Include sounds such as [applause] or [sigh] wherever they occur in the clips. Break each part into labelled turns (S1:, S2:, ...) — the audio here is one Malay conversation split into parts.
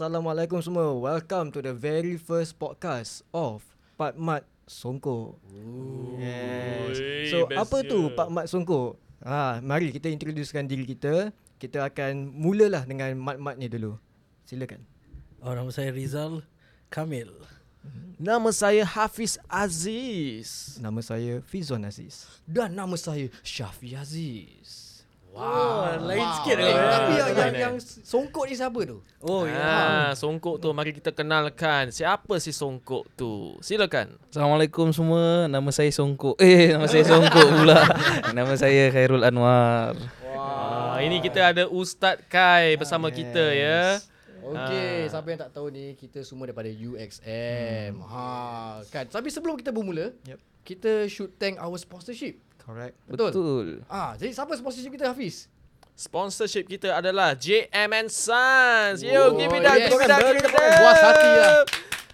S1: Assalamualaikum semua. Welcome to the very first podcast of Pak Mat Songko. Yes.
S2: Ui,
S1: So
S2: bestnya.
S1: apa tu Pak Mat Songko? Ha, mari kita introducekan diri kita. Kita akan mulalah dengan mat-mat ni dulu. Silakan.
S3: Oh, nama saya Rizal Kamil.
S2: Nama saya Hafiz Aziz.
S1: Nama saya Fizon Aziz.
S2: Dan nama saya Syafi Aziz.
S3: Wow, lain wow. sikit
S1: Eh,
S4: Ah,
S1: tapi yang, yang,
S2: lain,
S1: yang songkok ni siapa tu?
S3: Oh, ya.
S2: Ah, Songkok tu mari kita kenalkan. Siapa si Songkok tu? Silakan.
S5: Assalamualaikum semua. Nama saya Songkok. [laughs] Eh, nama saya Songkok pula. nama saya Khairul Anwar.
S2: Ah, ini kita ada Ustaz Kai bersama kita ya.
S4: Okey, siapa yang tak tahu ni kita semua daripada UXM. Ah. Hmm. Ha, kan. Tapi sebelum kita bermula,
S1: Yep.
S4: kita should thank our sponsorship.
S1: Correct.
S4: Betul.
S5: Betul.
S4: Ah, jadi siapa sponsorship kita Hafiz?
S2: Sponsorship kita adalah JM and Sons. Yo,
S4: Oh,
S2: give me that,
S4: yes.
S2: give me that,
S4: Korang
S2: give me
S4: korang
S2: that.
S4: puas hati lah.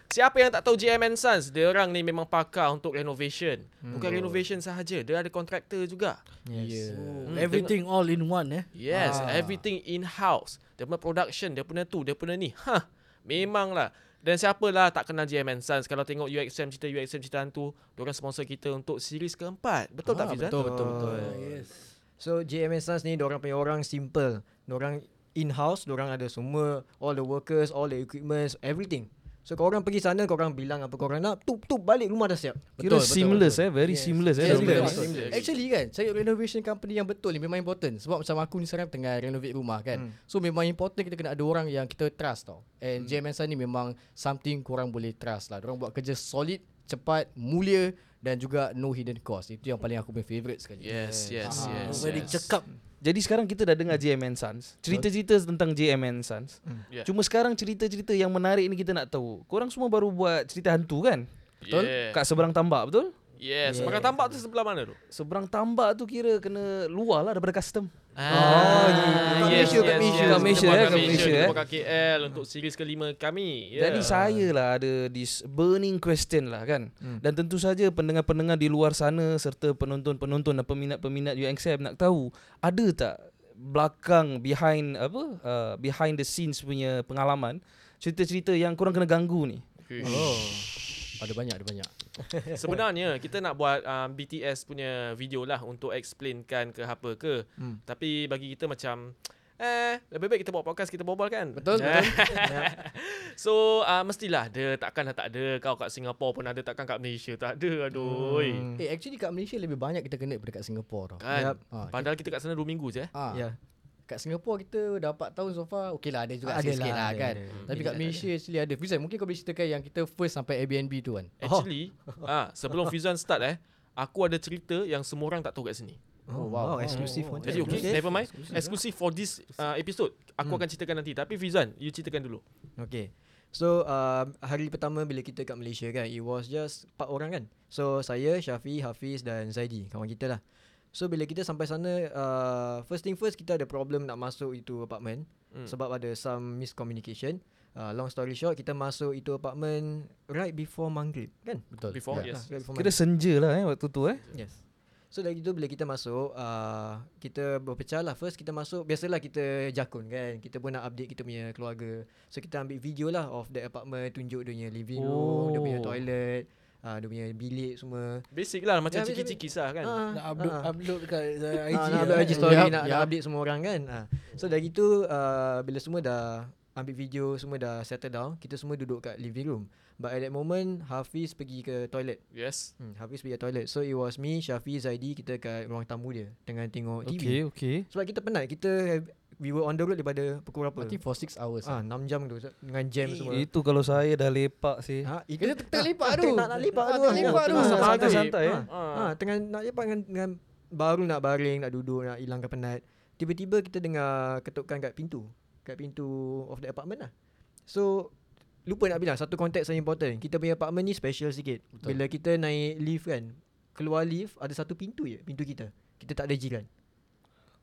S2: Siapa yang tak tahu JM and Sons, dia orang ni memang pakar untuk renovation. Bukan renovation sahaja, dia ada kontraktor juga.
S4: Yes. Yeah.
S2: Hmm,
S3: Everything all in one eh.
S2: Yes, ah. everything in-house. Dia punya production, dia punya tu, dia punya ni. Ha, memanglah. Dan siapalah tak kenal GM and Sons kalau tengok UXM cerita UXM cerita hantu, diorang sponsor kita untuk series keempat. Betul ah, tak Fizan?
S4: Betul, betul, betul.
S3: Yes.
S1: So JMS Nas ni orang punya orang simple. Orang in-house, orang ada semua all the workers, all the equipments, everything. So korang pergi sana, korang bilang apa korang nak, tup tup balik rumah dah siap.
S4: Betul,
S5: Kira
S4: betul,
S5: seamless eh, very seamless eh.
S4: Yes,
S5: Seamless.
S4: betul,
S2: Yes.
S4: betul.
S2: Yes.
S4: Actually kan Cari renovation company yang betul ni Memang important Sebab macam aku ni sekarang Tengah renovate rumah
S1: Hmm.
S4: kan So memang important Kita kena ada orang Yang kita trust tau And JM Henson ni memang Something kurang boleh trust lah Orang buat kerja solid Cepat Mulia Dan juga no hidden cost Itu yang paling aku punya favourite sekali
S2: Yes, yes,
S4: Ah,
S2: yes.
S3: Very
S2: yes.
S3: cekap.
S5: Jadi sekarang kita dah dengar JMN Sons. Cerita-cerita tentang JMN Sons.
S2: Yeah.
S5: Cuma sekarang cerita-cerita yang menarik ni kita nak tahu. Korang semua baru buat cerita hantu kan?
S2: Betul?
S5: Yeah. Kat seberang tambak betul?
S2: Yes. Makan tambak tu sebelah mana tu?
S5: Seberang tambak tu kira kena luar lah daripada custom.
S2: Ah,
S1: kat Malaysia, kat Malaysia.
S5: Kat Malaysia,
S2: Kita buat
S5: eh, kat Malaysia,
S2: kita
S5: eh.
S2: buat kat KL untuk series kelima kami.
S5: Yeah. Jadi saya lah ada this burning question lah kan. Hmm. Dan tentu saja pendengar-pendengar di luar sana serta penonton-penonton dan peminat-peminat UXM nak tahu ada tak belakang behind apa uh, behind the scenes punya pengalaman cerita-cerita yang korang kena ganggu ni.
S2: Hmm.
S4: Oh. Ada banyak Ada banyak
S2: Sebenarnya kita nak buat um, BTS punya video lah untuk explainkan ke apa ke. Hmm. Tapi bagi kita macam eh lebih baik kita buat podcast kita berbual kan.
S4: Betul,
S2: Eh. [laughs] so uh, mestilah ada takkan dah tak ada kau kat Singapura pun ada takkan kat Malaysia tak ada. Aduh. Hmm.
S4: Eh actually kat Malaysia Lebih banyak kita kena Daripada kat Singapura tau
S2: Kan.
S1: Yap.
S4: Ah,
S2: Padahal kita kat sana 2 minggu je eh.
S4: Ah.
S1: Ya.
S4: Kat Singapura kita dah 4 tahun so far Okey lah ada juga
S1: Ada
S4: sikit-sikit
S1: lah,
S4: lah,
S1: ada,
S4: kan
S1: ada. lah.
S4: Tapi kat Malaysia actually ada Fizan mungkin kau boleh ceritakan yang kita first sampai Airbnb tu kan
S2: Actually, [laughs] ah sebelum Fizan start eh, aku ada cerita yang semua orang tak tahu kat sini.
S1: Oh, wow, eksklusif oh,
S2: Jadi okay, never mind. Exclusive for this uh, episode. Aku akan ceritakan nanti. Tapi Fizan, you ceritakan dulu.
S1: Okay. So uh, hari pertama bila kita kat Malaysia kan It was just 4 orang kan So saya, Syafi, Hafiz dan Zaidi Kawan kita lah So bila kita sampai sana uh, First thing first kita ada problem nak masuk itu apartment
S2: Hmm.
S1: mm. Sebab ada some miscommunication uh, Long story short kita masuk itu apartment Right before maghrib kan
S4: Betul
S2: Before,
S4: Ya.
S1: Ah,
S2: yes.
S1: right before
S5: Kira senja lah eh waktu tu eh.
S1: Yes. So dari itu bila kita masuk, uh, kita berpecah lah. First kita masuk, biasalah kita jakun kan. Kita pun nak update kita punya keluarga. So kita ambil video lah of the apartment, tunjuk dia punya living room, dia punya
S5: Oh.
S1: toilet, uh, dia punya bilik semua.
S2: Basic lah macam
S1: Ya, basic,
S2: ciki-ciki kisah kan.
S1: Ah,
S3: Nak upload
S1: ah, ah.
S3: upload kat
S1: Ah,
S3: uh, IG.
S1: nak
S3: lah.
S1: upload IG story,
S4: Yup,
S1: nak, nak
S4: yup.
S1: update semua orang kan. Ah. So dari itu, uh, bila semua dah ambil video, semua dah settle down, kita semua duduk kat living room. But at that moment, Hafiz pergi ke toilet.
S2: Yes.
S1: Hmm, Hafiz pergi ke toilet. So it was me, Syafi, Zaidi, kita kat ruang tamu dia. Dengan tengok TV.
S5: Okay, okay.
S1: Sebab kita penat Kita have- We were on the road daripada Pukul berapa
S4: I think for 6 hours
S1: Ah, 6 jam tu Dengan jam
S4: Eh,
S1: semua
S5: Itu kalau saya dah lepak sih.
S1: ha, itu
S4: Kita
S1: [laughs]
S4: terlipat
S1: Ah,
S4: tu.
S1: Nak, nak lipat
S4: Ah,
S1: tu
S4: terlipat
S1: Ah,
S4: tu.
S1: tengah
S2: Santai-santai.
S1: santai,
S5: eh.
S1: ah. Ah, Tengah nak lipat dengan, dengan Baru nak baring Nak duduk Nak hilangkan penat Tiba-tiba kita dengar Ketukan kat pintu Kat pintu Of the apartment lah So Lupa nak bilang Satu konteks yang important Kita punya apartment ni Special sikit
S4: Betul.
S1: Bila kita naik lift kan Keluar lift Ada satu pintu je Pintu kita Kita tak ada jiran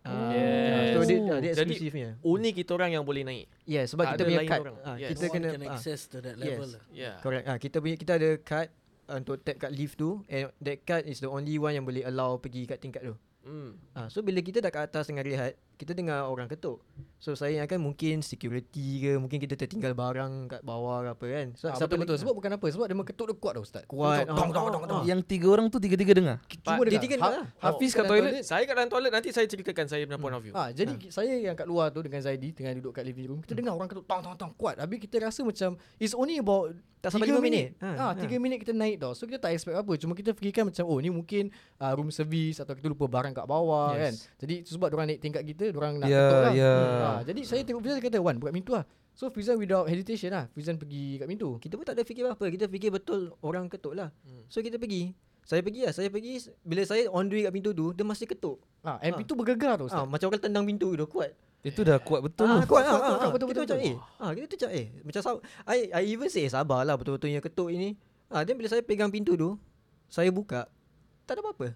S1: Ah,
S2: Oh. Yes.
S1: So dia, ah, dia
S2: Jadi-
S1: eksklusifnya
S2: Only kita orang yang boleh naik.
S1: Yeah, sebab kita
S2: Tak ada
S1: punya
S2: lain
S1: kad.
S2: orang.
S1: Ah,
S2: Yes. Oh,
S1: kita
S3: No one
S1: kena
S3: can
S1: ah,
S3: access to that
S1: yes.
S3: level. lah.
S2: Yeah.
S1: correct. Ah, kita punya kita ada kad ah, untuk tap kat lift tu and that card is the only one yang boleh allow pergi kat tingkat tu.
S2: Hmm.
S1: Ha, Ah, so bila kita dah kat atas tengah rehat, kita dengar orang ketuk. So saya akan mungkin security ke, mungkin kita tertinggal barang kat bawah ke apa kan. So,
S4: Ah,
S1: siapa
S4: betul betul
S1: dengar?
S4: sebab bukan apa sebab dia mengetuk dia kuat tau ustaz.
S1: kuat.
S4: Tong, tong, tong, tong.
S5: Yang tiga orang tu tiga-tiga dengar.
S1: Cuma
S2: Pak,
S1: dia
S4: Ha-
S1: tiga dengar lah.
S5: Hafiz
S4: kat
S5: kat toilet.
S2: Saya kat dalam toilet nanti saya ceritakan saya punya point of view.
S4: Ah, jadi ha. saya yang kat luar tu dengan Zaidi tengah duduk kat living room, kita dengar orang ketuk tang tang tang kuat. Habis kita rasa macam it's only about
S1: Tak sampai
S4: tiga
S1: lima minit. Ha,
S4: Ha, ha, 3 minit kita naik tau. So kita tak expect apa. Cuma kita fikirkan macam oh ni mungkin uh, room service atau kita lupa barang kat bawah yes. kan. Jadi itu sebab orang naik tingkat kita, orang nak
S5: Ya,
S4: ketuk lah.
S5: ya.
S4: Ha, jadi saya tengok Fizan dia kata Wan buka pintu lah. So Fizan without hesitation lah. Fizan pergi kat pintu.
S1: Kita pun tak ada fikir apa-apa. Kita fikir betul orang ketuk lah.
S4: Hmm.
S1: So kita pergi. Saya pergi lah. Saya pergi. Bila saya on the way kat pintu tu, dia masih ketuk.
S4: Ha, and
S1: Ha.
S4: pintu bergegar tau.
S1: Ah,
S4: Ustaz.
S1: macam orang tendang pintu tu kuat.
S5: Itu dah kuat betul.
S1: Ah,
S5: tu.
S1: kuat
S4: kuat,
S1: ah,
S4: kuat,
S1: ah,
S4: betul,
S1: Kita macam
S4: betul,
S1: eh. Ah, kita tu macam eh. Macam sab- I, I even say sabarlah betul-betulnya ketuk ini. Ah, then bila saya pegang pintu tu, saya buka, tak ada apa-apa.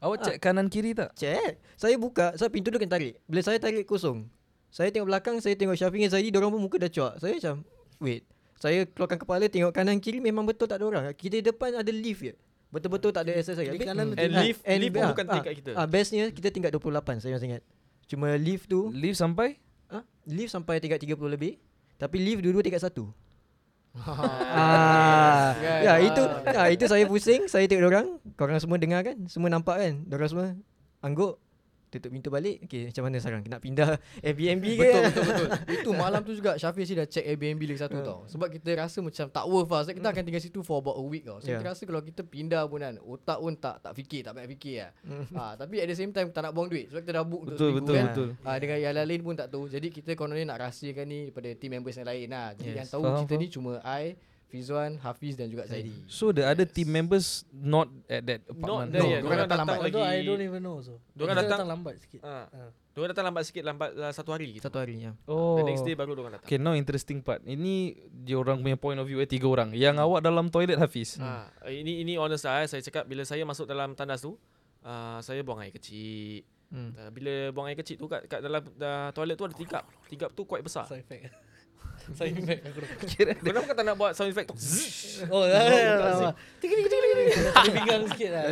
S5: Awak cek kanan kiri tak?
S1: Check. eh? Saya buka, saya pintu tu kena tarik. Bila saya tarik kosong. Saya tengok belakang, saya tengok Syafiq dengan Zaidi, orang pun muka dah cuak. Saya macam, wait. Saya keluarkan kepala, tengok kanan kiri memang betul tak ada orang. Kita depan ada lift je. Betul-betul tak ada access lagi. Habis-
S3: Kiri kanan
S1: Hmm.
S2: And
S1: Ah,
S2: lift,
S1: and-
S2: Eh, lift pun
S1: ah,
S2: bukan
S1: ah,
S2: tingkat kita.
S1: Ah, bestnya kita tingkat 28 saya masih ingat. Cuma lift tu
S5: Lift sampai?
S1: Ha? Lift sampai tingkat 30 lebih Tapi lift dua-dua tingkat satu
S4: Ha.
S1: ah,
S4: Yes.
S1: Ya itu ya, Itu saya pusing Saya tengok orang Korang semua dengar kan Semua nampak kan Dorang semua Angguk Tutup pintu balik Okay macam mana sekarang Nak pindah [laughs] Airbnb ke
S4: Betul, betul, betul. Itu malam tu juga Syafiq sih dah check Airbnb lagi satu
S5: Ya.
S4: tau. Sebab kita rasa macam tak worth lah. Sebab
S5: Hmm.
S4: kita akan tinggal situ for about a week tau. So
S5: Ya.
S4: yeah. kita
S1: Yeah.
S4: rasa kalau kita pindah pun kan, otak pun tak tak fikir, tak banyak fikir lah. ha, tapi at the same time tak nak buang duit. Sebab kita dah book untuk
S5: Hmm. Betul,
S4: seminggu
S5: betul,
S4: kan.
S5: betul.
S4: Ha, dengan yang lain pun tak tahu. Jadi kita kononnya nak rahsiakan ni daripada team members yang lain lah. Jadi yes.
S1: Yes.
S4: yang tahu
S5: Faham,
S4: cerita ni cuma I, Fizwan, Hafiz dan juga Zaidi.
S5: So the other team members not at that apartment.
S2: there
S5: No.
S2: yet. Dorang datang
S4: lambat.
S2: lagi.
S3: Although I don't even know so.
S2: Dorang
S3: Kita
S2: datang-
S3: datang lambat sikit.
S2: Ah.
S3: Ah.
S2: Diorang datang lambat sikit, lambat uh, satu hari gitu.
S1: Satu hari ya.
S5: Oh.
S2: The next day baru diorang datang.
S5: Okay, now interesting part. Ini dia orang punya point of view eh tiga orang. Yang awak dalam toilet Hafiz.
S2: Ah, ini ini honest lah eh. saya cakap bila saya masuk dalam tandas tu, uh, saya buang air kecil.
S1: Hmm.
S2: Uh, bila buang air kecil tu kat, kat dalam uh, toilet tu ada tingkap. Tingkap tu quite besar.
S3: Side effect. Side effect. aku dah-
S2: Kenapa kata nak buat sound effect tu? Zzz.
S3: [laughs] Oh, ya, ya, ya, ya. Tiki tiki tiki tiki. Dia Pinggang sikit lah.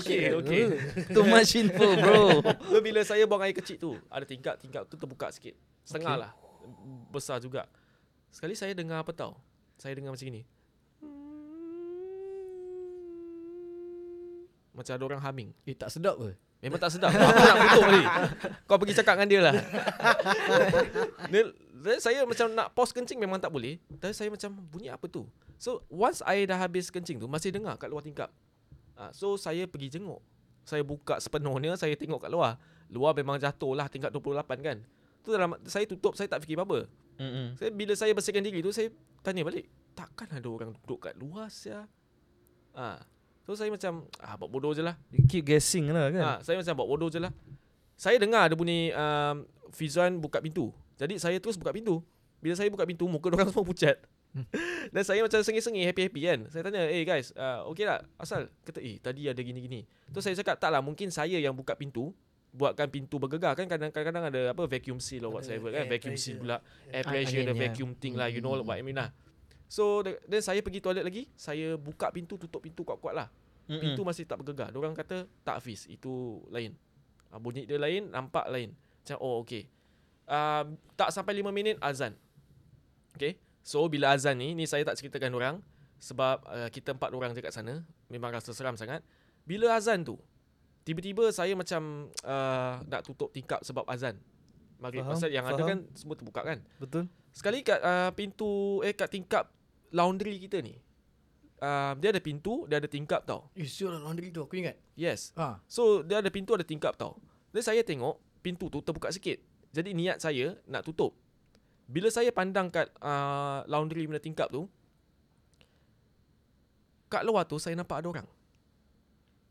S2: okay, okay.
S5: [laughs] Too much info, [laughs] bro.
S2: So bila saya buang air kecil tu, ada tingkap, tingkap tu terbuka sikit. Setengah okay. lah. Besar juga. Sekali saya dengar apa tau? Saya dengar macam ni. Macam ada orang humming.
S4: Eh tak sedap ke?
S2: Memang tak sedap. Aku nak kutuk tadi. Kau pergi cakap dengan dia lah. Dia, dia, saya macam nak pause kencing memang tak boleh. Tapi saya macam bunyi apa tu? So once I dah habis kencing tu masih dengar kat luar tingkap. Ah, so saya pergi jenguk. Saya buka sepenuhnya, saya tengok kat luar. Luar memang jatuh lah tingkat 28 kan. Tu dalam saya tutup, saya tak fikir apa-apa.
S5: Mm-mm.
S2: Saya bila saya bersihkan diri tu saya tanya balik, takkan ada orang duduk kat luar sia? Ah. So saya macam ah buat bodoh je lah.
S5: You keep guessing lah kan.
S2: Ha, saya macam buat bodoh je lah. Saya dengar ada bunyi um, Fizwan buka pintu. Jadi saya terus buka pintu. Bila saya buka pintu, muka [laughs] orang semua pucat. Dan saya macam sengih-sengih, happy-happy kan. Saya tanya, eh hey guys, uh, okey tak? Asal? Kata, eh tadi ada gini-gini. Terus saya cakap, tak lah mungkin saya yang buka pintu. Buatkan pintu bergegar kan kadang-kadang ada apa vacuum seal or whatsoever kan.
S3: air
S2: Vacuum seal
S3: pressure.
S2: pula. Air
S1: Ah,
S2: pressure, the
S1: again, yeah.
S2: vacuum thing lah. You know what I mean lah. So, the- then saya pergi toilet lagi. Saya buka pintu, tutup pintu kuat-kuat lah.
S5: Mm-mm.
S2: Pintu masih tak bergegar. Orang kata tak Hafiz, itu lain. Ah, bunyi dia lain, nampak lain. Macam oh okey. Ah, tak sampai 5 minit azan. Okay So bila azan ni, ni saya tak ceritakan orang sebab uh, kita empat orang je kat sana, memang rasa seram sangat. Bila azan tu, tiba-tiba saya macam uh, nak tutup tingkap sebab azan. Maghrib
S5: Faham,
S2: pasal yang ada kan
S5: faham.
S2: semua terbuka kan.
S5: Betul.
S2: Sekali kat uh, pintu eh kat tingkap laundry kita ni. Uh, dia ada pintu, dia ada tingkap tau.
S4: Eh siul lah laundry tu aku ingat.
S2: Yes.
S4: Ha.
S2: So dia ada pintu ada tingkap tau. Then saya tengok pintu tu terbuka sikit. Jadi niat saya nak tutup. Bila saya pandang kat uh, laundry punya tingkap tu kat luar tu saya nampak ada orang.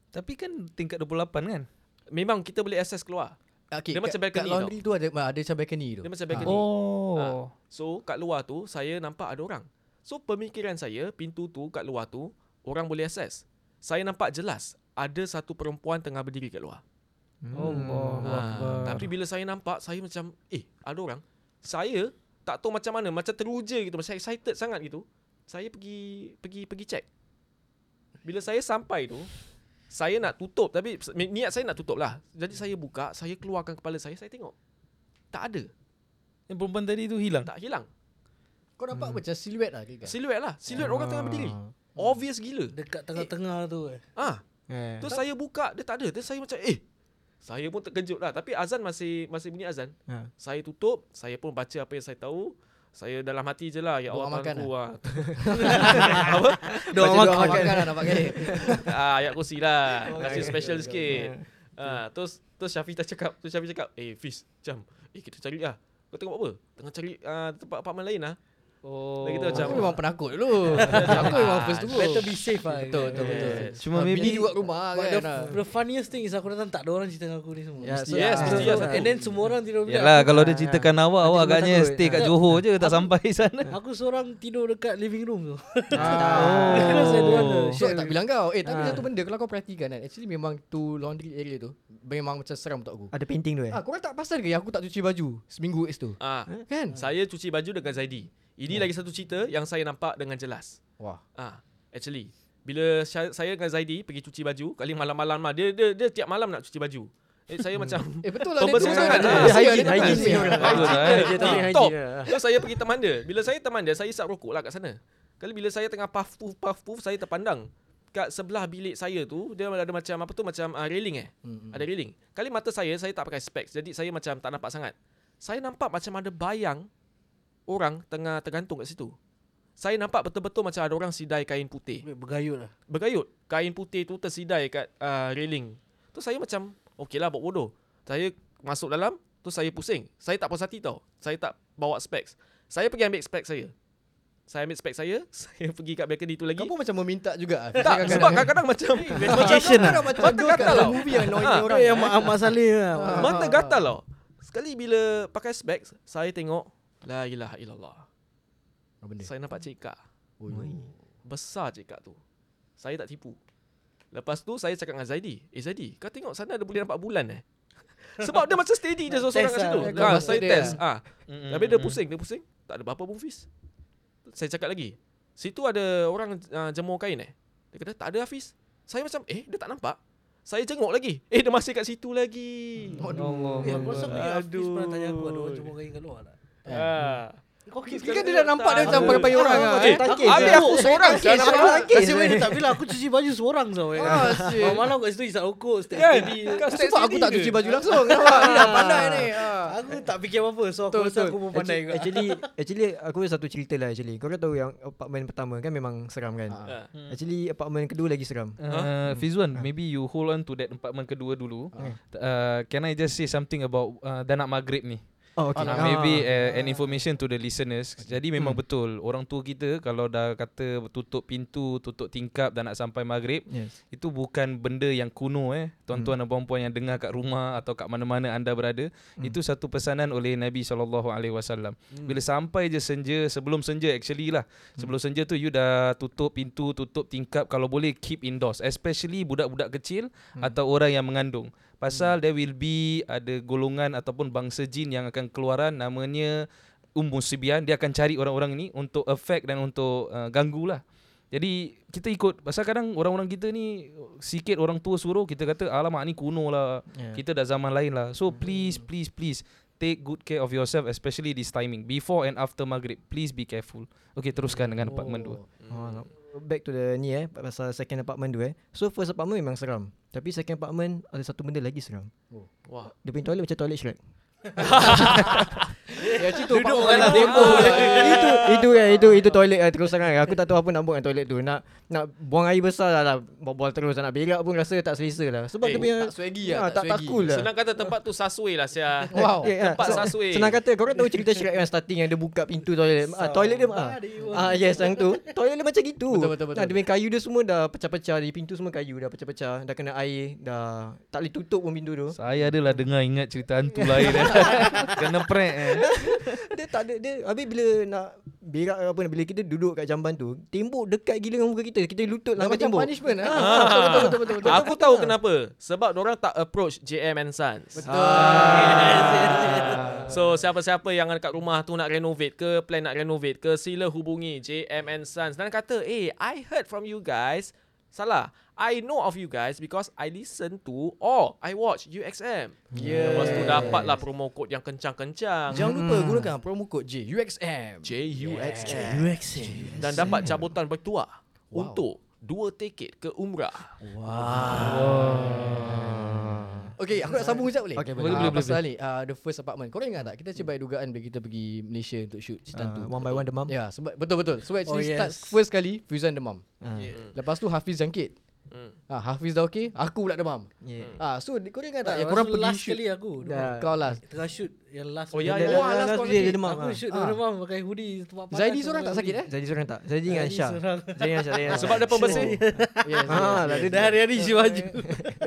S5: Tapi kan tingkat 28 kan?
S2: Memang kita boleh access keluar.
S4: Okay,
S2: Dia
S4: kat-
S2: macam balcony
S4: Kat laundry tu ada ah, ada macam balcony tu.
S2: Dia macam
S4: Ha.
S2: balcony.
S5: Oh.
S2: So kat luar tu saya nampak ada orang. So pemikiran saya pintu tu kat luar tu orang boleh access. Saya nampak jelas ada satu perempuan tengah berdiri kat luar.
S1: Hmm. Oh,
S5: Allahuakbar.
S2: Ah, tapi bila saya nampak saya macam eh ada orang. Saya tak tahu macam mana macam teruja gitu macam excited sangat gitu. Saya pergi pergi pergi check. Bila saya sampai tu Saya nak tutup tapi s- ni- niat saya nak tutup lah. Jadi saya buka, saya keluarkan kepala saya, saya tengok. Tak ada.
S5: Yang perempuan tadi tu hilang.
S2: Tak hilang.
S4: Kau
S5: Hmm.
S4: nampak macam siluet lah kira.
S2: Siluet lah. Siluet orang tengah berdiri.
S1: Ah.
S2: Obvious gila.
S3: Dekat tengah-tengah tu eh.
S2: Hmm. Ah,
S1: Eh.
S2: Terus saya buka Dia tak ada Terus saya macam Eh Saya pun terkejut lah Tapi azan masih Masih bunyi azan
S1: Ha.
S2: Saya tutup Saya pun baca apa yang saya tahu Saya dalam hati je lah Ya
S4: Doa
S2: Allah
S4: makan
S2: Tuhanku lah. [laughs] Apa?
S4: Doa makan. Doa makan lah nampak kali.
S2: ah, Ayat kursi lah
S4: Oh,
S2: Kasih
S4: okay,
S2: special
S4: okay,
S2: sikit ah, Terus Terus Syafiq tak cakap Terus Syafiq cakap Eh Fiz Jam Eh kita cari lah Kau tengok apa Tengah cari ah, tempat apartmen lain lah
S5: Oh.
S2: Lagi tu macam
S4: Aku memang penakut dulu. Aku memang first dulu.
S3: Better be safe lah.
S4: Betul, betul, betul.
S2: Yes.
S5: Cuma
S4: Ah,
S5: maybe-
S4: bini juga rumah
S3: But
S4: kan.
S3: the,
S4: ah.
S3: the funniest thing is aku datang tak ada orang cerita dengan aku ni semua.
S4: Ya,
S3: Mesti-
S4: so-
S2: Yes,
S4: ah. Ya lah,
S2: mesti
S3: So,
S2: yes,
S3: And then semua orang tidur budak.
S5: Yalah kalau dia
S1: Ah,
S5: ceritakan awak
S1: Nanti
S5: awak
S1: semua
S5: agaknya
S1: takut.
S5: stay kat
S3: Ah.
S5: Johor je tak
S3: Aku-
S5: sampai sana.
S3: Aku seorang tidur dekat living room tu.
S5: [laughs] Oh.
S1: Ah.
S3: Because I don't want to
S4: So
S3: share
S4: tak
S3: with-
S4: bilang kau Eh tapi
S1: Ah.
S4: satu benda Kalau kau perhatikan kan Actually memang tu laundry area tu Memang macam seram untuk aku
S1: Ada painting tu eh.
S4: Ah, korang tak pasal ke yang aku tak cuci baju Seminggu es tu
S2: ah,
S4: Kan
S2: Saya cuci baju dengan Zaidi Ini lagi satu cerita Yang saya nampak dengan jelas
S4: Wah
S2: Ah, actually bila saya, saya dengan Zaidi pergi cuci baju, kali malam-malam lah. Dia dia dia tiap malam nak cuci baju. Eh saya macam
S4: Eh betul lah
S2: Pembersih
S4: tu
S2: sangat.
S4: kan?
S2: Ah,
S4: Dia
S1: hygiene,
S4: dia
S1: hygiene.
S4: betul.
S1: Hygiene.
S4: Ah,
S5: Betul lah, eh.
S1: Dia tak
S2: Ah,
S1: boleh
S2: top.
S1: hygiene lah.
S2: Terus saya pergi teman dia. Bila saya teman dia, saya isap rokok lah kat sana. Kali bila saya tengah puff puff puff puff, saya terpandang kat sebelah bilik saya tu dia ada macam apa tu macam uh, railing eh.
S4: Mm-mm.
S2: Ada railing. Kali mata saya saya tak pakai specs. Jadi saya macam tak nampak sangat. Saya nampak macam ada bayang orang tengah tergantung kat situ. Saya nampak betul-betul macam ada orang sidai kain putih
S3: Bergayut lah.
S2: bergayut. Kain putih tu tersidai kat uh, railing. Tu saya macam, okey lah buat bodoh. Saya masuk dalam, tu saya pusing. Saya tak puas hati tau. Saya tak bawa specs. Saya pergi ambil specs saya. Saya ambil specs saya, [laughs] saya pergi kat balcony tu lagi.
S4: Kau pun macam meminta juga ah.
S2: tak,
S4: [laughs]
S2: sebab kadang-kadang macam macam
S4: Investigation lah
S2: Mata gatal tau.
S4: movie yang
S2: [laughs]
S4: annoying
S2: Ah.
S4: orang
S3: Yang Mak Mak Saleh lah.
S4: Ah.
S2: Mata gatal tau. Sekali bila pakai specs, saya tengok La ilaha illallah.
S4: Apa benda?
S2: Saya nampak Cik Kak.
S4: Ui.
S2: Besar Cik Kak tu. Saya tak tipu. Lepas tu saya cakap dengan Zaidi. Eh Zaidi, kau tengok sana ada boleh nampak bulan
S3: [laughs]
S2: eh. Sebab dia macam steady dia seorang-seorang kat
S3: Test
S2: situ.
S3: lah.
S4: Kau
S2: Ha,
S4: master
S2: saya
S4: dia.
S2: test. Ah. Tapi dia pusing, dia pusing. Tak ada apa-apa pun Fiz. Saya cakap lagi. Situ ada orang uh, jemur kain eh. Dia kata tak ada Hafiz. Saya macam eh dia tak nampak. Saya jenguk lagi. Eh dia masih kat situ lagi.
S1: Allah.
S3: Ya, aku rasa pergi Hafiz
S2: Aduh.
S3: pernah tanya aku ada orang jumpa kain kat luar tak?
S2: Ah.
S3: Kau kira
S4: Kan dia dah nampak dia macam pakai orang ah.
S1: Macam tangkis.
S2: Habis aku seorang saya
S4: Tangkis,
S2: nak
S4: seorang
S2: nampak.
S4: tangkis.
S3: Nasib baik dia tak bilang aku cuci baju seorang tau eh.
S4: Ah, sial.
S3: Malam-malam kat situ isap rokok, step
S2: Kan?
S3: steady.
S2: Kau step
S4: Sebab aku
S2: steady
S4: tak
S2: ke?
S4: cuci baju langsung. Nampak ni dah pandai ni. ah.
S3: Aku tak fikir apa-apa so aku
S4: Betul,
S3: rasa
S4: betul.
S3: aku pun pandai juga.
S1: actually, actually aku ada satu cerita lah actually. Kau tahu yang apartment pertama kan memang seram kan?
S4: Ah.
S2: Ah.
S1: Actually apartment kedua lagi seram.
S5: Uh, Fizwan, maybe you hold on to that apartment kedua dulu.
S1: Okay.
S5: Uh, can I just say something about uh, Danak Maghrib ni?
S1: Oh okay. Hmm.
S4: Ah,
S5: Uh, maybe
S4: eh.
S5: uh, an information to the listeners. Jadi memang betul orang tua kita kalau dah kata tutup pintu, tutup tingkap dan nak sampai maghrib,
S1: Yes.
S5: itu bukan benda yang kuno eh. Tuan-tuan dan puan-puan yang dengar kat rumah atau kat mana-mana anda berada, itu satu pesanan oleh Nabi sallallahu alaihi wasallam. Bila sampai je senja, sebelum senja actually lah. Sebelum senja tu you dah tutup pintu, tutup tingkap kalau boleh keep indoors, especially budak-budak kecil atau orang yang mengandung. Pasal there will be ada golongan ataupun bangsa jin yang akan keluaran namanya Ummu Sibian, dia akan cari orang-orang ini untuk affect dan untuk uh, ganggu lah. Jadi kita ikut Pasal kadang orang-orang kita ni Sikit orang tua suruh Kita kata Alamak ni kuno lah yeah. Kita dah zaman lain lah So please please please Take good care of yourself Especially this timing Before and after maghrib Please be careful Okay teruskan dengan apartment 2
S1: Oh, no. Back to the ni eh Pasal second apartment tu eh So first apartment memang seram Tapi second apartment Ada satu benda lagi seram
S2: Wah.
S1: Dia punya toilet macam toilet Shrek
S4: [laughs] Ya situ
S3: Duduk
S4: Pak Wan
S3: dalam
S4: demo. ya.
S1: itu itu kan itu itu toilet eh, terus terang aku tak tahu apa nak buat dengan toilet tu nak nak buang air besar lah, lah buang terus nak berak pun rasa tak selesa lah sebab
S2: Eh,
S1: dia punya
S4: tak swaggy lah,
S1: Ah,
S4: tak
S1: tak tak
S4: swaggy.
S1: cool lah
S2: Senang kata tempat tu sasui lah Sia.
S4: [laughs] Wow. Ya,
S1: Eh, ah,
S2: tempat
S1: so-
S2: sasui.
S1: Senang kata korang tahu cerita Shrek yang starting yang dia buka pintu toilet. Ah, toilet dia ah. Ah yes yang tu. Toilet dia macam gitu.
S4: Betul, betul, betul.
S1: Nah, dia punya kayu dia semua dah pecah-pecah di pintu semua kayu dah pecah-pecah, dah kena air, dah tak boleh tutup pun pintu tu.
S5: Saya adalah dengar ingat cerita hantu [laughs] lain eh. Kena prank eh.
S1: [laughs] dia tak ada dia habis bila nak berak ke apa bila kita duduk kat jamban tu, tembok dekat gila dengan muka kita. Kita lutut
S4: Dah
S1: langkah
S4: macam
S1: tembok.
S4: punishment ah.
S2: Ah.
S4: Betul betul betul betul.
S2: Aku tahu kenapa. Sebab orang tak approach JM and Sons. Ah. So siapa-siapa yang dekat rumah tu nak renovate ke, plan nak renovate ke, sila hubungi JM and Sons dan kata, "Eh, I heard from you guys, Salah. I know of you guys because I listen to or I watch UXM.
S4: Yes.
S2: Lepas tu dapatlah promo code yang kencang-kencang.
S4: Jangan lupa gunakan promo kod Hmm. J UXM.
S2: JUXM.
S3: UXM.
S2: Dan dapat cabutan bertuah
S4: Wow.
S2: untuk dua tiket ke umrah.
S4: Okay, aku nak sambung sekejap boleh?
S1: Okay,
S4: boleh,
S1: boleh.
S4: uh,
S5: Boleh, boleh,
S4: Pasal ni, uh, the first apartment. Korang ingat tak? Kita cuba dugaan bila kita pergi Malaysia untuk shoot Citan tu.
S1: Ah, one by one demam.
S4: Ya, sebab betul-betul. So actually
S3: Oh,
S4: oh, Ah. start
S3: yes.
S4: first kali, Fuzan demam.
S1: Yeah.
S4: Lepas tu Hafiz jangkit.
S2: Hmm.
S4: Ah, Hafiz dah okay, aku pula demam.
S1: Yeah.
S4: Ah, so di- korang
S3: Tak,
S4: ingat tak? Yang
S3: yang
S4: korang pergi
S3: last
S4: shoot.
S3: kali aku.
S1: Dah.
S4: Kau lah.
S3: Tengah shoot yang last.
S2: Oh,
S1: Dia-
S2: ya, ya.
S1: dia-
S2: Wah,
S1: dia-
S2: last
S1: last
S2: kau
S1: dia, dia
S2: sakit.
S1: demam.
S3: Aku shoot
S4: Ah.
S3: ah. demam pakai hoodie tempat panas.
S4: Zaidi seorang tak sakit eh?
S1: Jadi seorang tak? Jadi dengan
S3: Zaidi
S1: Syah.
S3: seorang.
S1: Jadi dengan Syah.
S4: Ya.
S1: Zaidi dengan
S2: Sebab
S1: Syah.
S2: dia pembersih.
S4: Yes.
S1: Ah, lah
S3: Dah
S1: dia.
S3: hari-hari je baju.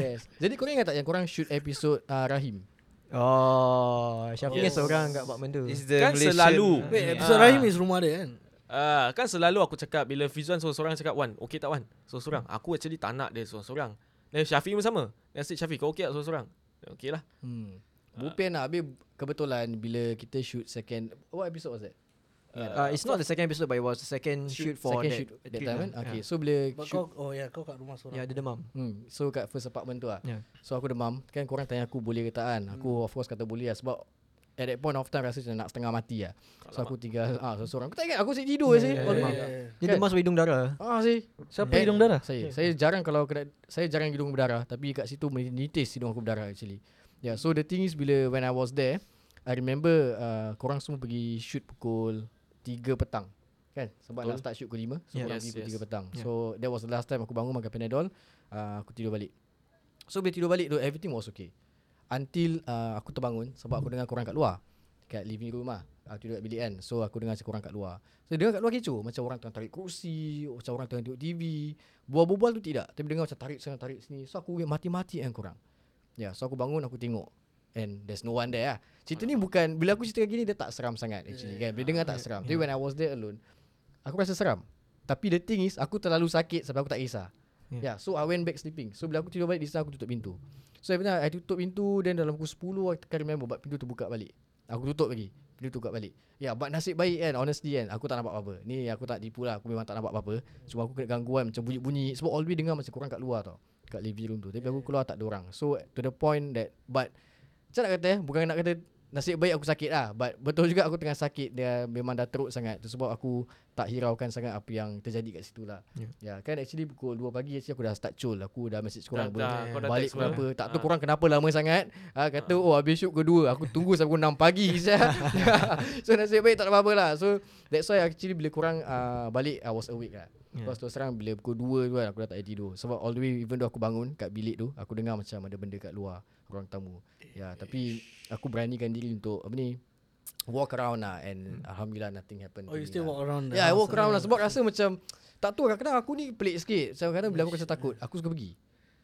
S4: yes. Jadi korang ingat tak yang korang shoot episode uh, Rahim?
S1: Oh, Syafiq yes.
S2: Yes.
S1: seorang kat apartment tu.
S5: It's
S2: Kan
S5: Malaysian-
S2: selalu.
S3: Wait,
S2: Ah.
S3: episode Rahim is rumah dia kan?
S2: Ah, kan selalu aku cakap bila Fizwan seorang-seorang cakap Wan, okey tak Wan? Seorang-seorang. Aku actually tak nak dia seorang-seorang. Dan Syafiq pun sama. Dan Asyik Syafiq kau okey tak seorang-seorang? Okey lah.
S4: Hmm. Bupen lah. Habis kebetulan bila kita shoot second... What episode was that?
S1: Uh, it's not the second episode but it was the second Hmm, shoot, shoot for
S4: second
S1: that,
S4: shoot that time kan?
S1: lah.
S4: Okay,
S1: Yeah.
S4: so bila
S3: But
S4: shoot...
S3: kau, oh ya, kau kat rumah
S1: Ya,
S3: seorang.
S1: dia demam.
S4: Hmm, so kat first apartment tu lah.
S1: Ya.
S4: So aku demam. Kan korang tanya aku boleh ke tak kan?
S1: Hmm.
S4: Aku of course kata boleh lah sebab at that point of time rasa macam nak setengah mati lah. So aku tinggal ah seorang. Aku tak ingat aku asyik tidur yeah, sih.
S1: yeah,
S4: Yeah,
S1: yeah,
S3: Eh,
S1: Dia
S4: Kan?
S1: demam sebab hidung darah.
S4: Ah sih.
S5: Siapa
S4: Eh,
S5: hidung darah?
S4: Saya. Saya jarang kalau kena saya jarang hidung berdarah tapi kat situ menitis hidung aku berdarah actually. Yeah, so the thing is bila when I was there, I remember uh, korang semua pergi shoot pukul 3 petang. Kan? Sebab nak start shoot pukul 5. So
S1: Yeah.
S4: korang
S2: Yes,
S4: pergi pukul
S2: yes.
S4: 3 petang.
S1: Yeah.
S4: So that was the last time aku bangun makan Panadol, uh, aku tidur balik. So bila tidur balik tu everything was okay. Until uh, aku terbangun sebab aku dengar korang kat luar. Kat living room lah. Aku tidur kat bilik kan. So aku dengar macam korang kat luar. So dengar kat luar kecoh. Macam orang tengah tarik kerusi. Macam orang tengah tengok TV. Bual-bual tu tidak. Tapi dengar macam tarik sana tarik sini. So aku mati-mati kan korang. Ya yeah, so aku bangun aku tengok. And there's no one there lah. Cerita ni bukan. Bila aku ceritakan gini dia tak seram sangat actually kan. Bila dengar tak seram. Tapi when I was there alone. Aku rasa seram. Tapi the thing is aku terlalu sakit sampai aku tak kisah. Yeah. yeah, so I went back sleeping. So bila aku tidur balik di sana aku tutup pintu. So every time I tutup pintu Then dalam pukul 10 I can't remember But pintu terbuka balik Aku tutup lagi Pintu terbuka balik Ya yeah, but nasib baik kan Honestly kan Aku tak nampak apa-apa Ni aku tak tipu lah Aku memang tak nampak apa-apa Cuma aku kena gangguan Macam bunyi-bunyi Sebab all the way dengar Macam korang kat luar tau Kat living room tu Tapi aku keluar tak ada orang So to the point that But Macam nak kata eh, Bukan nak kata Nasib baik aku sakit lah But betul juga aku tengah sakit Dia memang dah teruk sangat Itu sebab aku Tak hiraukan sangat Apa yang terjadi kat situ lah Ya yeah. yeah, kan actually Pukul 2 pagi Actually aku dah start cul Aku dah message korang
S2: Dah- dah, kau dah text
S4: Balik
S2: korang. Ah.
S4: kenapa apa Tak tahu korang kenapa lama sangat ha, Kata oh habis shoot kedua Aku tunggu sampai pukul 6 pagi [laughs] sia. So nasib baik tak ada apa-apa lah So that's why actually bila korang uh, balik I was awake lah yeah. Lepas tu serang bila pukul 2 tu kan Aku dah tak ada tidur Sebab all the way even though aku bangun kat bilik tu Aku dengar macam ada benda kat luar Orang tamu Ya tapi aku beranikan diri untuk apa ni Walk around lah And Alhamdulillah nothing happened
S3: Hmm. Oh,
S4: to
S3: you
S4: me
S3: still
S4: lah.
S3: walk around the
S4: Yeah, I
S3: house
S4: walk around lah
S3: and-
S4: sebab rasa macam tak tahu kadang-kadang aku ni pelik sikit. So kadang bila aku rasa takut, aku suka pergi.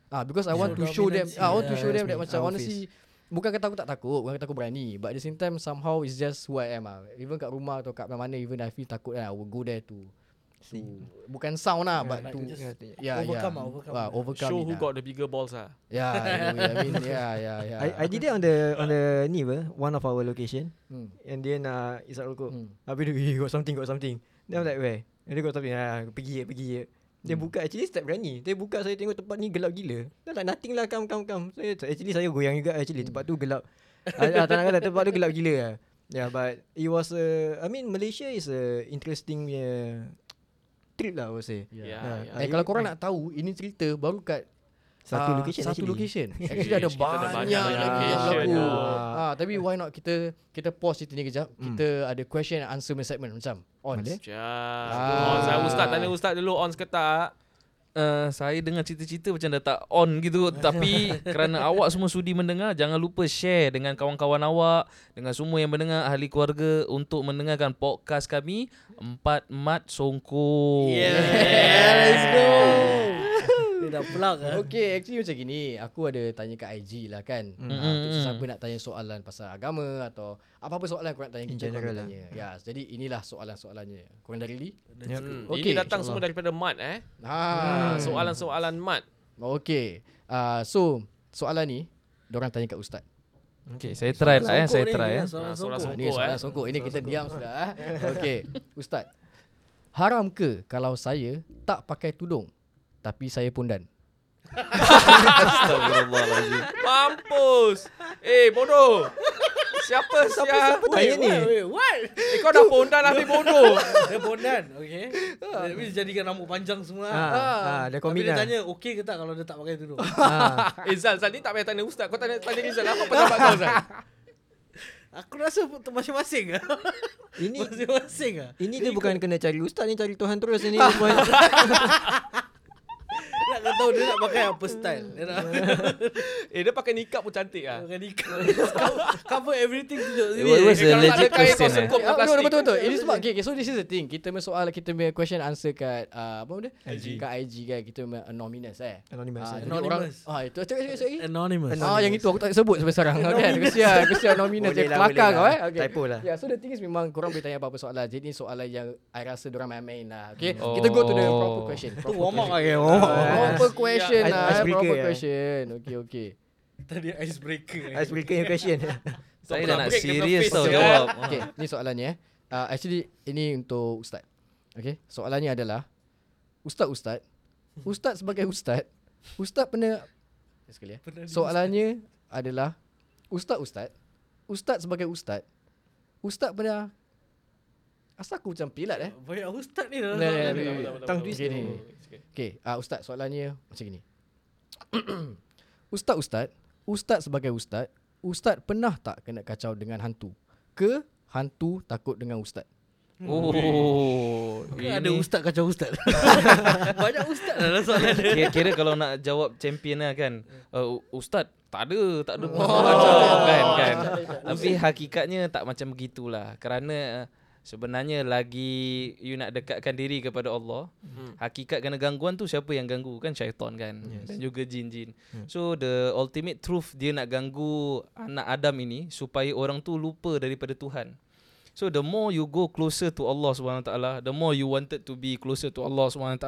S4: Ah because I want to show them,
S3: dominance,
S4: ah, I want to
S1: yeah,
S4: show them
S1: that's
S4: that
S1: me.
S4: macam
S1: Our
S4: honestly bukan kata aku tak takut, bukan kata aku berani, but at the same time somehow it's just who I am ah. Even kat rumah atau kat mana even I feel takut kan, I will go there to to bukan sound lah but
S3: like
S4: to
S3: just
S4: yeah,
S3: overcome
S4: yeah.
S3: ah, overcome.
S4: Ah, overcome
S2: Show
S4: it
S2: who
S4: lah.
S2: got the bigger balls lah.
S4: Yeah, in a way, I mean yeah, yeah, yeah.
S1: [laughs] I, I did it on the on the ni apa, one of our location.
S4: Hmm.
S1: And then uh, Izzat rokok
S4: Hmm.
S1: Habis dia "Eh, got something Got something Then I'm like where And dia got something ah, Pergi je pergi je Dia
S4: Hmm.
S1: buka Actually step berani Dia buka saya tengok tempat ni gelap gila Dia like nothing lah Come come come saya, Actually saya goyang juga Actually
S4: Hmm.
S1: tempat tu gelap ah, ah, Tak nak kata tempat tu gelap gila lah Yeah but It was a I mean Malaysia is a Interesting uh, Trip lah I would say
S2: Yeah,
S4: Yeah.
S1: Yeah.
S2: yeah.
S4: Eh, kalau korang nak tahu Ini cerita baru kat
S1: Satu
S4: Ah,
S1: location
S4: Satu
S1: actually. [laughs]
S4: location Actually ada
S2: Kita ada
S4: banyak,
S2: banyak
S4: lagi
S2: location.
S4: aku.
S1: Ah.
S4: Ah, Tapi why not kita Kita pause cerita ni kejap Kita ada question and answer punya segment Macam On
S1: Hmm. Boleh.
S2: Just
S4: Ah.
S2: on. Saya lah, ustaz tanya ustaz dulu on ke tak?
S5: Uh, saya dengar cerita-cerita macam dah tak on
S3: [laughs]
S5: gitu Tapi kerana awak semua sudi mendengar Jangan lupa share dengan kawan-kawan awak Dengan semua yang mendengar Ahli keluarga Untuk mendengarkan podcast kami Empat Mat Songko
S3: Ya. Yeah, let's go. Dia dah
S4: lah,
S3: plug ah.
S4: Okay actually macam gini Aku ada tanya kat IG lah kan
S1: Hmm.
S4: mm.
S5: Mm.
S4: Untuk sesiapa nak tanya soalan Pasal agama Atau apa-apa soalan korang nak tanya
S1: In
S4: kita, korang
S1: general lah.
S4: tanya. Ya, Jadi inilah soalan-soalannya Korang dah ready?
S1: Yep.
S2: Hmm.
S4: Okay,
S2: Ini datang semua daripada Mat eh.
S4: Ha.
S2: Ah, Soalan-soalan Mat.
S4: Okay Ah, So Soalan ni Diorang tanya kat Ustaz [laughs]
S5: Okay saya try lah eh Saya
S3: Songkok
S5: try
S3: ni,
S5: eh
S3: soalan
S2: Ah, soalan
S3: songkok.
S4: Ini
S2: Songkok,
S4: soalan
S2: eh.
S4: songkok. Ini kita diam sudah. ah. Okey. Ustaz. Haram ke kalau saya tak pakai tudung Tapi saya pun dan
S5: Astagfirullahalazim.
S2: Mampus. Eh, bodoh. Siapa siapa, siapa
S1: tanya ni?
S3: Wait, what?
S2: Eh, kau dah pondan habis bodoh.
S3: Dia bondan, okay? Tapi dia jadikan rambut panjang
S1: Ah,
S3: semua.
S1: ah, dia
S3: Tapi
S1: combine
S3: dia
S1: lah.
S3: tanya, okay ke tak kalau dia tak pakai tudung?
S1: ha.
S2: Eh, Zal, Zal ni tak payah tanya ustaz. Kau tanya tanya Rizal lah. apa pendapat kau, Zal?
S3: Aku rasa tu masing-masing [laughs] lah.
S1: Ini
S3: Masing-masing lah.
S1: ini dia bukan kena cari ustaz ni cari Tuhan terus [laughs] ni. Bukan.
S3: Nak kau tahu dia nak pakai apa style. Dia nak
S2: Eh, dia pakai nikab pun cantik ah.
S3: pakai nikah. [laughs] Cover everything tunjuk
S5: It was-
S2: Eh, kalau tak ada
S3: sini.
S5: it was a legit
S2: kain, kau
S5: question. eh.
S2: sengkup
S4: Okay,
S2: dengan
S4: ah, no, no,
S2: plastik.
S4: betul betul. Ini sebab okay, okay, so this is the thing. Kita punya soal kita punya question answer kat uh, apa benda? IG. Kat IG kan kita punya anonymous eh.
S1: Anonymous.
S4: Ah,
S1: eh.
S4: jadi orang
S3: Anonymous.
S4: ah itu cakap cakap cakap lagi.
S3: Anonymous.
S4: Ah yang itu aku tak sebut sampai sekarang kau kan. Kesian, kesian anonymous dia
S1: Boleh lah,
S4: kelakar
S1: boleh
S4: kau
S1: lah.
S4: eh. Okay.
S1: Typo lah.
S4: Yeah, so the thing is memang korang boleh tanya apa-apa soalan. Jadi ni soalan yang I rasa diorang main-main lah. Okay. Kita go to the
S5: Oh.
S4: proper question.
S3: Tu
S4: Proper,
S3: warm up lah. Okay, warm up.
S4: proper question
S1: Ice-
S4: lah.
S1: icebreaker,
S4: Proper
S1: eh.
S4: question. Okay, okay.
S3: Tadi icebreaker. eh.
S1: Icebreaker your question.
S3: lah,
S2: Kau
S5: Saya dah
S2: pula
S5: nak
S2: break dia punya
S5: serius
S2: face
S5: tau
S2: dia.
S5: jawab.
S4: Okay, ni soalannya eh. Uh, actually ini untuk ustaz. Okay, soalannya adalah ustaz-ustaz, ustaz sebagai ustaz, ustaz pernah sekali eh.
S3: Pernah di-
S4: Soalannya adalah ustaz-ustaz, ustaz sebagai ustaz, ustaz pernah Asal aku macam pilat eh
S3: Banyak ustaz ni dah.
S4: Nah, nah, nah, nah, nah.
S1: Tang
S4: twist
S2: Okay,
S4: ni.
S2: ni.
S4: Okay, uh, ustaz soalannya macam [clears throat] ni Ustaz-ustaz, ustaz sebagai ustaz, ustaz pernah tak kena kacau dengan hantu? Ke hantu takut dengan ustaz?
S5: Oh.
S3: Ke Ada
S5: ini-
S3: ustaz kacau ustaz. Banyak ustaz lah dalam soalan dia.
S5: Kira, kira kalau nak jawab champion lah kan uh, Ustaz tak ada Tak ada pun
S3: Oh.
S5: macam kan, kan. Tapi hakikatnya tak macam begitulah Kerana uh, sebenarnya lagi You nak dekatkan diri kepada Allah Hakikat kena gangguan tu siapa yang ganggu Kan syaitan kan Dan juga jin-jin So the ultimate truth Dia nak ganggu anak Adam ini Supaya orang tu lupa daripada Tuhan So the more you go closer to Allah SWT The more you wanted to be closer to Allah SWT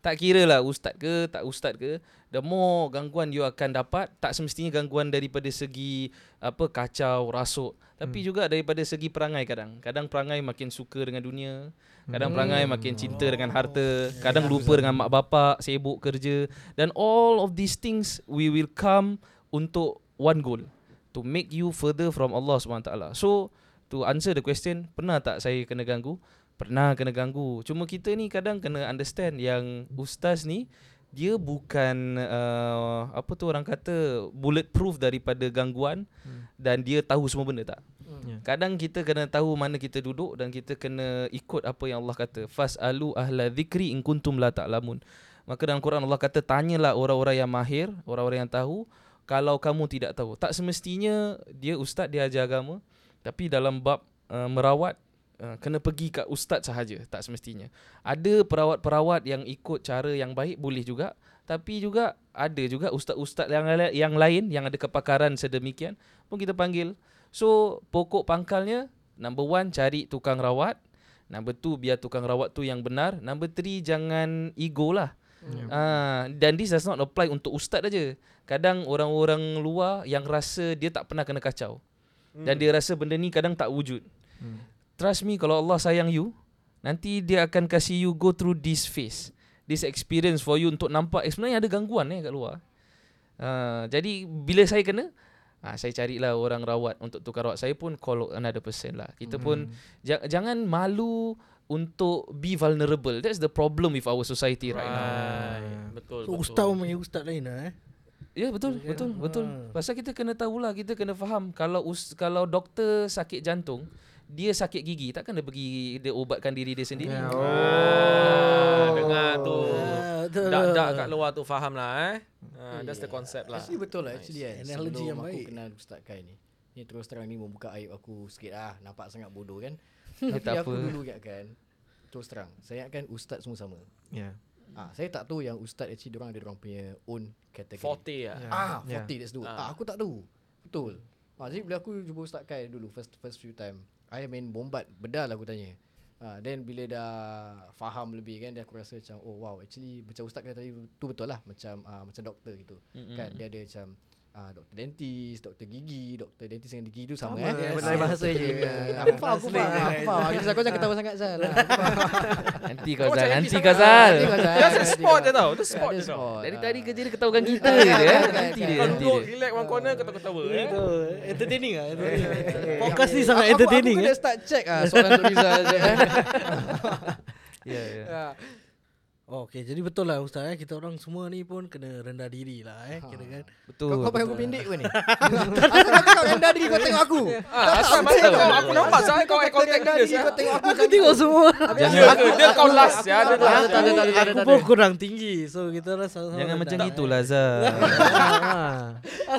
S5: Tak kira lah ustaz ke tak ustaz ke The more gangguan you akan dapat Tak semestinya gangguan daripada segi apa Kacau, rasuk Tapi juga daripada segi perangai kadang Kadang perangai makin suka dengan dunia Kadang perangai makin cinta dengan harta Kadang lupa dengan mak bapak Sibuk kerja Dan all of these things We will come untuk one goal To make you further from Allah SWT So to answer the question pernah tak saya kena ganggu pernah kena ganggu cuma kita ni kadang kena understand yang ustaz ni dia bukan uh, apa tu orang kata bulletproof daripada gangguan hmm. dan dia tahu semua benda tak
S1: Ya.
S5: kadang kita kena tahu mana kita duduk dan kita kena ikut apa yang Allah kata fasalu ahla dzikri in kuntum la ta'lamun maka dalam Quran Allah kata tanyalah orang-orang yang mahir orang-orang yang tahu kalau kamu tidak tahu tak semestinya dia ustaz dia ajar agama tapi dalam bab uh, merawat uh, kena pergi kat ustaz sahaja tak semestinya. Ada perawat-perawat yang ikut cara yang baik boleh juga tapi juga ada juga ustaz-ustaz yang la- yang lain yang ada kepakaran sedemikian pun kita panggil. So pokok pangkalnya number one cari tukang rawat, number two biar tukang rawat tu yang benar, number three jangan ego lah. Ah, dan this does not apply untuk ustaz aja. Kadang orang-orang luar yang rasa dia tak pernah kena kacau. Dan dia rasa benda ni kadang tak wujud. Trust me kalau Allah sayang you, nanti dia akan kasih you go through this phase. This experience for you untuk nampak eh, sebenarnya ada gangguan eh kat luar. Ah, jadi bila saya kena Ah, saya carilah orang rawat untuk tukar rawat. Saya pun call another person lah. Kita pun ja- jangan malu untuk be vulnerable. That's the problem with our society right now.
S2: Ah. Betul. betul.
S3: So, [laughs] Ustaz pun panggil ustaz lain lah eh.
S5: Ya betul, betul, betul.
S3: Ha.
S5: Pasal kita kena tahulah, kita kena faham kalau us, kalau doktor sakit jantung, dia sakit gigi, takkan dia pergi dia ubatkan diri dia sendiri.
S1: Ya,
S5: Yeah.
S4: oh.
S2: Ah, dengar tu.
S3: Ah, betul.
S2: Dak-dak kat luar tu faham lah eh. Ah, that's the concept lah.
S4: Actually betul lah actually kan.
S3: Analogy
S4: Sebelum
S3: yang
S4: aku
S3: baik.
S4: kenal Ustaz Kai ni. Ni terus terang ni membuka aib aku sikit ah. Nampak sangat bodoh kan.
S5: Eh,
S4: [laughs] Tapi
S5: tak
S4: aku
S5: apa.
S4: dulu ingat kan. Terus terang. Saya ingat kan Ustaz semua sama.
S1: [laughs] Ya.
S4: Ah, saya tak tahu yang Ustaz actually diorang ada diorang punya own category.
S2: Forte lah.
S4: Ah,
S1: Ya.
S4: 40 that's the word.
S2: Ah.
S4: Ah, aku tak tahu. Betul. Ah, jadi bila aku jumpa Ustaz Kai dulu first first few time, I main bombat, bedal lah aku tanya. Ah, then bila dah faham lebih kan dia aku rasa macam oh wow actually macam ustaz kata tadi tu betul lah macam ah, macam doktor gitu. Mm-hmm. Kan dia ada macam ah doktor dentist, doktor gigi, doktor dentist dengan gigi tu sama,
S1: Sama,
S4: eh.
S1: eh,
S4: Ah,
S1: lain bahasa
S4: doktor
S1: je.
S4: gigi.
S1: Ah,
S4: Aku faham, aku
S1: translate
S4: faham.
S3: lah.
S4: Aku
S1: je.
S4: faham. Aku- Kau jangan ketawa sangat Zal. Ah, aku faham.
S3: Nanti kau
S4: Oh,
S2: Kau
S3: Zal,
S2: macam
S3: nanti
S2: happy lah.
S3: kau Zal.
S4: Nanti kau, Zal.
S2: Dia asyik
S4: Nanti
S2: spot
S4: kau.
S2: je tau. Dia
S4: Ya,
S2: spot je
S4: dia
S2: tau.
S4: spot. Kan,
S3: Dari
S4: Ah.
S3: tadi kerja dia
S4: [laughs]
S3: ketawakan kita je dia. eh. Nanti dia,
S2: Kau
S3: nanti
S2: duduk
S3: dia.
S2: relax one corner ketawa-ketawa eh.
S3: [laughs] Entertaining ah.
S4: Podcast ni sangat entertaining
S3: eh.
S4: eh, Aku kena start check ah soalan untuk Rizal je eh.
S5: Ya, ya.
S3: Oh, okay, jadi betul lah Ustaz eh. Kita orang semua ni pun kena rendah diri lah eh. Kira kan.
S5: Betul.
S4: Kau kau panggil aku
S5: betul.
S4: pendek [laughs] ke ni? Aku kata kau rendah diri kau tengok aku.
S2: Ah, asal masa kau aku nampak saya kau eye contact
S4: rendah
S2: dia.
S4: diri
S2: sia.
S4: kau tengok aku.
S3: Aku tengok semua.
S2: Ya ke? Dia kau last ya. Dia
S4: Tak ada,
S2: last.
S4: tak ada, tak ada, tak ada,
S3: Aku
S4: tak
S3: pun
S4: ada.
S3: kurang tinggi. So kita orang sama-sama
S5: Jangan
S3: rendah.
S5: macam gitulah
S4: [laughs]
S5: Zal.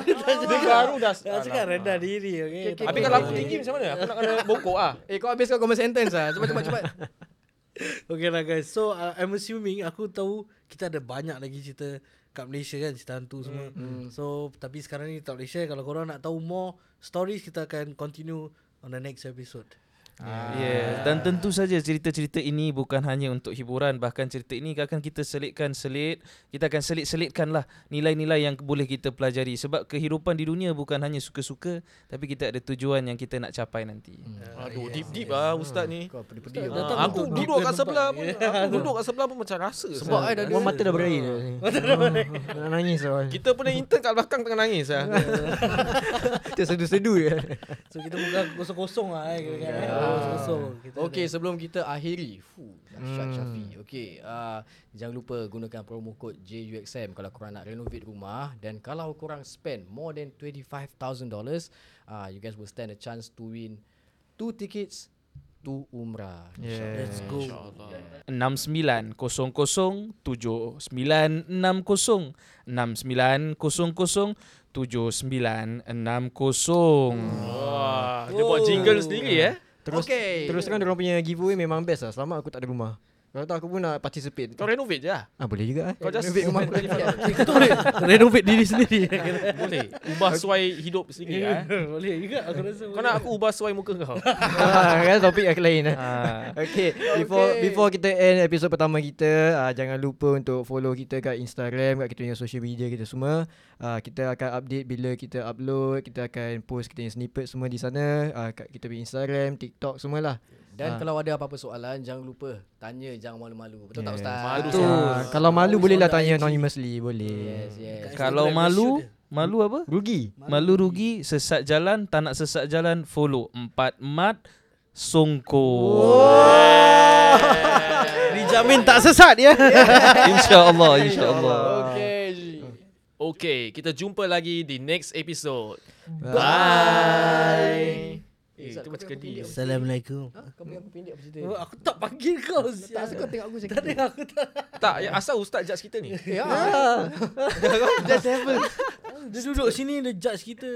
S2: Dia baru dah.
S3: Aku cakap rendah diri okay.
S4: Okay, okay,
S2: Habis kalau aku tinggi macam mana? Aku nak kena bongkok ah.
S4: Eh kau habis kau comment sentence ah. Cepat cepat cepat.
S3: Okay lah guys So uh, I'm assuming Aku tahu Kita ada banyak lagi cerita Kat Malaysia kan Cerita hantu semua
S4: Hmm.
S3: So tapi sekarang ni Tak Malaysia Kalau korang nak tahu more Stories kita akan continue On the next episode
S4: Ah.
S5: Yeah. Dan tentu saja cerita-cerita ini bukan hanya untuk hiburan bahkan cerita ini akan kita selitkan selit kita akan selit-selitkan lah nilai-nilai yang boleh kita pelajari sebab kehidupan di dunia bukan hanya suka-suka tapi kita ada tujuan yang kita nak capai nanti.
S4: Hmm.
S2: Aduh, deep deep ah ustaz ni.
S4: Kau
S2: Ah,
S4: pedih-pedih. ah.
S3: datang
S2: aku
S3: untuk
S2: duduk
S3: deep
S2: kat
S3: ke
S2: sebelah pun.
S3: tempat?
S2: Aku duduk kat sebelah pun macam rasa.
S1: Sebab kan-
S2: sia.
S1: I dah mata dah berair. dah ni. Ah, Oh. [laughs] Nak nangis lah.
S2: kita punya intern kat belakang tengah nangis ah.
S1: Kita sedu-sedu je.
S3: So kita buka kosong-kosong lah eh, kira-kira. Kosong-kosong Kita
S4: Okey,
S3: ada-
S4: sebelum Ah. kita Hmm. akhiri. Fuh, dahsyat Syafi. Okey, ah, jangan lupa gunakan promo code JUXM kalau korang nak renovate rumah dan kalau korang spend more than $25,000, ah, you guys will stand a chance to win two tickets to Umrah.
S1: Yeah.
S3: Let's go
S5: 69007960 69007960
S2: Wah, dia buat jingle sendiri eh.
S1: Terus
S4: Okay.
S1: terus terang orang punya giveaway memang best lah. Selama aku tak ada rumah. Kalau tak aku pun nak participate.
S2: Kau renovate je lah.
S1: Ah boleh juga eh.
S2: Kau just
S1: Renovate rumah aku lagi.
S3: Renovate diri sendiri
S2: Boleh. Ubah suai hidup sendiri eh.
S3: Boleh juga aku rasa
S2: Kau nak aku ubah suai muka kau. [laughs]
S1: Ah, kan topik yang lain eh.
S5: Ah.
S1: Okay, before okay. before kita end episod pertama kita, uh, jangan lupa untuk follow kita kat Instagram, kat kita punya social media kita semua. Uh, kita akan update bila kita upload, kita akan post kita punya snippet semua di sana, uh, kat kita punya Instagram, TikTok semualah.
S4: Dan kalau ada apa-apa soalan, jangan lupa tanya jangan malu-malu. Betul tak
S1: Yeah.
S4: Ustaz?
S2: Malu
S1: Betul. Uh, kalau malu
S3: Always
S1: bolehlah
S3: on the
S1: tanya
S3: IG.
S1: anonymously, boleh.
S4: Yes, yes.
S5: Kalau malu Malu apa?
S1: Rugi.
S5: Malu rugi Sesat jalan Tak nak sesat jalan Follow Empat mat Songko
S3: Dijamin tak sesat
S5: [laughs]
S3: ya [laughs]
S5: InsyaAllah InsyaAllah
S4: Okay.
S2: Okay, kita jumpa lagi di next episode.
S4: Bye.
S2: Eh, itu macam kedi.
S3: Assalamualaikum
S4: Kau bagi aku pindik apa cerita?
S3: Oh, Aku tak panggil kau
S4: Tak
S3: sial.
S4: asal kau tengok aku macam
S3: Tak
S4: gitu.
S3: ada aku tak
S2: Tak, ya, asal ustaz judge kita ni?
S4: Ya.
S3: [laughs] Dia duduk sini Dia judge kita